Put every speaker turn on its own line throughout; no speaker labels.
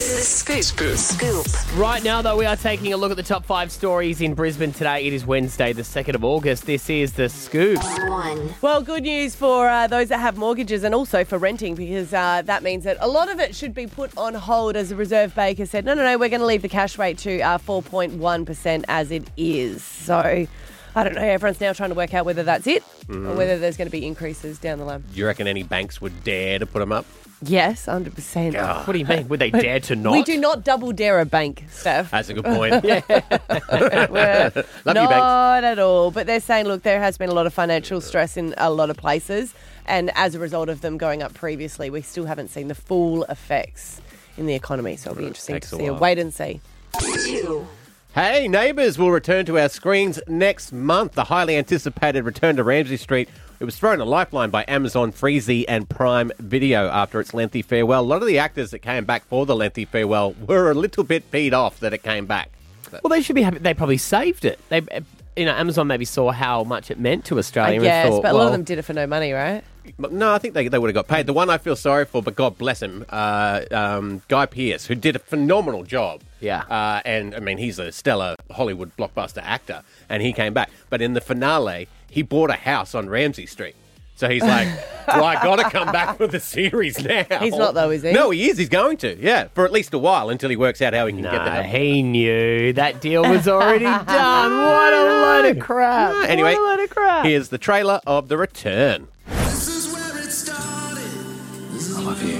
The scoop. Scoop.
Right now, though, we are taking a look at the top five stories in Brisbane today. It is Wednesday, the 2nd of August. This is The Scoop.
One.
Well, good news for uh, those that have mortgages and also for renting because uh, that means that a lot of it should be put on hold as the Reserve Bank has said, no, no, no, we're going to leave the cash rate to uh, 4.1% as it is. So I don't know. Everyone's now trying to work out whether that's it or whether there's going to be increases down the line.
Do you reckon any banks would dare to put them up?
Yes, 100%.
What do you mean? Would they dare to not?
We do not double dare a bank, Steph.
That's a good point. yeah.
We're
Love you,
not
banks.
at all. But they're saying, look, there has been a lot of financial stress in a lot of places, and as a result of them going up previously, we still haven't seen the full effects in the economy. So it'll be interesting
takes
to
a
see. A
while.
wait and see.
Two.
Hey, Neighbours will return to our screens next month. The highly anticipated return to Ramsey Street. It was thrown a lifeline by Amazon, Freezy, and Prime Video after its lengthy farewell. A lot of the actors that came back for the lengthy farewell were a little bit peed off that it came back.
Well, they should be happy. They probably saved it. They, you know, Amazon maybe saw how much it meant to Australia.
I
and
guess,
thought,
but a lot
well,
of them did it for no money, right?
But No, I think they, they would have got paid. The one I feel sorry for, but God bless him, uh, um, Guy Pearce, who did a phenomenal job.
Yeah.
Uh, and I mean, he's a stellar Hollywood blockbuster actor, and he came back. But in the finale, he bought a house on Ramsey Street. So he's like, well, I got to come back for the series now.
He's not, though, is he?
No, he is. He's going to, yeah, for at least a while until he works out how he can get
Nah,
that.
Uh, he knew that deal was already done. What a load of crap!
Anyway,
what a load of crap!
here's the trailer of The Return.
This is where it started.
I love you.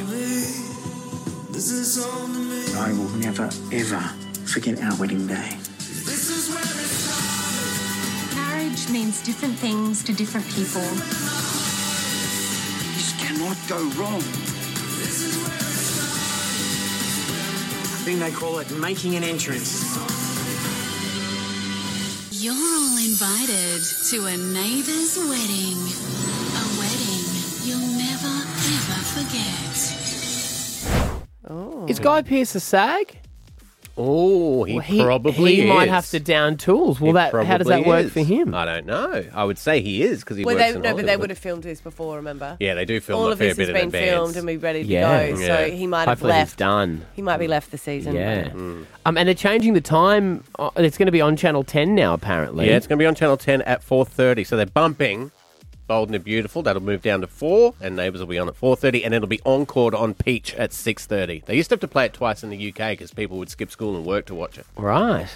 This is on the me.
I will never, ever forget our wedding day.
This is where it
Marriage means different things to different people.
This cannot go wrong. I think they call it making an entrance.
You're all invited to a neighbour's wedding. A wedding you'll never, ever forget.
is Guy Pearce a sag?
Oh, he
Well, he
probably
he might
is.
have to down tools. Well,
It
that how does that
probably
work
is.
for him?
I don't know. I would say he is because he
Well,
works
they,
in
no, but they
Hollywood.
would have filmed this before. Remember?
Yeah, they do film
All
a
of
fair
this
bit
has
in
been
advance.
filmed and we're ready to
Yeah.
go.
Yeah.
So he might have
Hopefully he's
left.
done.
He might be left the season.
Yeah. Um, and they're changing the time. uh, It's going to be on Channel 10 now, apparently.
yeah, it's going to be on Channel 10 at 4.30. So they're bumping Bold and Beautiful. That'll move down to 4, and Neighbours will be on at 4.30, and it'll be encored on Peach at 6.30. They used to have to play it twice in the UK because people would skip school and work to watch it.
Right.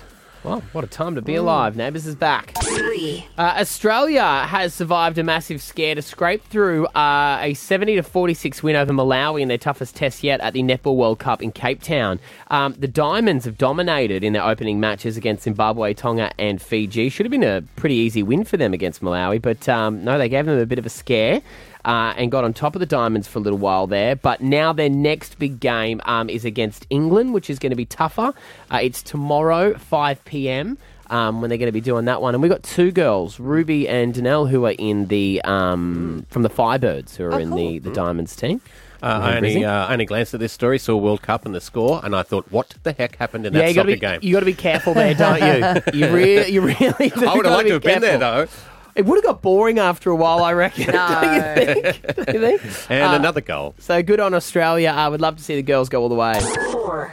Well, what a time to be alive. Neighbours is back.
Three.
Uh, Australia has survived a massive scare to scrape through uh, a 70 to 46 win over Malawi in their toughest test yet at the Netball World Cup in Cape Town. Um, the Diamonds have dominated in their opening matches against Zimbabwe, Tonga, and Fiji. Should have been a pretty easy win for them against Malawi, but um, no, they gave them a bit of a scare. Uh, and got on top of the Diamonds for a little while there, but now their next big game um, is against England, which is going to be tougher. Uh, it's tomorrow, 5 p.m um, when they're going to be doing that one. And we've got two girls, Ruby and Danelle, who are in the um, from the Firebirds,
Oh,
who are in the,
Mm.
the Diamonds team.
Uh, I only,
Brizzy?
uh, only glanced at this story, saw World Cup and the score, and I thought, what the heck happened in that soccer
you gotta be,
game?
You got to be careful there, don't you? you, re- you really. do
I would have
gotta
liked
be
to have been there,
careful.
though.
It would have got boring after a while, I reckon.
No.
don't you think? Don't you think?
And another goal.
So good on Australia. I would love to see the girls go all the way.
Four.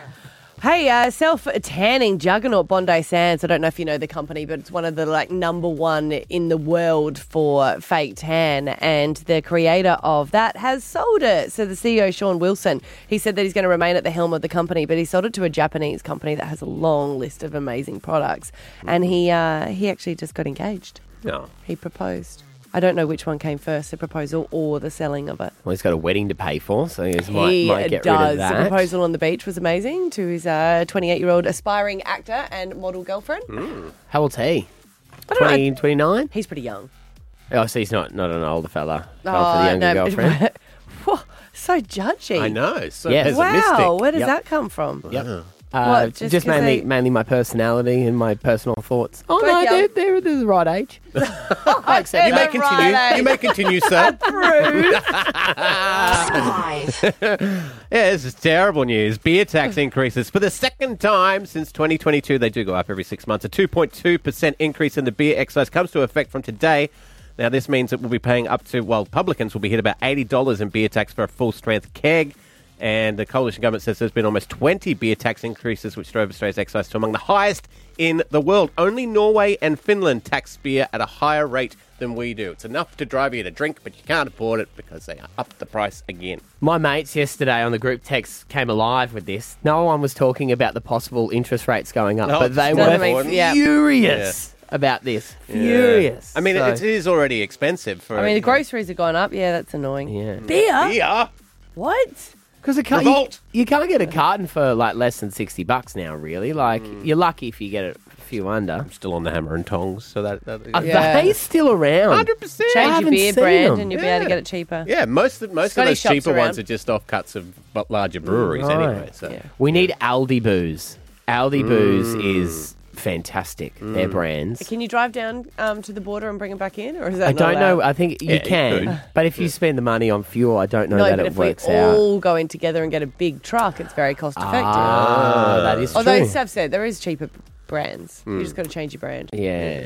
Hey, uh, self tanning juggernaut Bondi Sands. I don't know if you know the company, but it's one of the like number one in the world for fake tan, and the creator of that has sold it. So the CEO Sean Wilson, he said that he's going to remain at the helm of the company, but he sold it to a Japanese company that has a long list of amazing products, and he uh, he actually just got engaged.
No.
He proposed. I don't know which one came first, the proposal or the selling of it.
Well, he's got a wedding to pay for, so he might,
He
might get
does.
rid of that.
The proposal on the beach was amazing to his 28 year old aspiring actor and model girlfriend.
Hmm. How old's he?
I don't know,
20, 29?
He's pretty young.
Oh, so he's not, not an older fella. Going for the younger
Oh, no,
girlfriend.
Whoa, so judgy.
I know. So
Yes.
Wow,
pessimistic.
where does
Yep.
that come from?
Yep.
What,
Uh,
just
just
'cause
mainly
they-
mainly my personality and my personal thoughts. Oh
Both
no,
young.
they're, they're, they're the right age. I accept
You
that.
may continue.
Right, eh?
You may continue, sir.
Five.
Yeah, this is terrible news. Beer tax increases for the second time since 2022. They do go up every six months. A 2.2% increase in the beer excise comes to effect from today. Now, this means that we'll be paying up to, well, publicans will be hit about $80 in beer tax for a full strength keg. And the coalition government says there's been almost 20 beer tax increases, which drove Australia's excise to among the highest in the world. Only Norway and Finland tax beer at a higher rate than we do. It's enough to drive you to drink, but you can't afford it because they up the price again.
My mates yesterday on the group text came alive with this. No one was talking about the possible interest rates going up,
No,
but they
it's
were
not important.
Yeah.
furious about this. Furious.
I mean,
So-
it is already expensive for.
I mean, the groceries have gone up. Yeah, that's annoying.
yeah.
Beer?
beer.
What?
Because a car, you,
Revolt.
you can't get a carton for like less than sixty bucks now. Really, like
Mm.
you're lucky if you get it a few under.
Still on the hammer and tongs, so that. that
Are
Yeah.
they still around?
100%.
I
Change your
haven't
beer
seen
brand
them.
and you'll be able to
Yeah.
get it cheaper.
Yeah, most of, most of
Scotty
those
shops
cheaper
around.
ones are just offcuts of bu- larger breweries
Right.
anyway. So
Yeah.
We need Aldi booze. Aldi booze
Mm.
is fantastic. Their brands.
Can you drive down um, to the border and bring it back in, or is that
I
not
don't know.
allowed?
I think
Yeah,
you
you
can,
could.
but if you spend the money on fuel, I don't know
No,
that
but
it
if
works
we
out.
all go in together and get a big truck, it's very cost effective.
Ah, that is
Although
Uh.
true.
Steph said there is cheaper brands. You just got to change your brand.
yeah,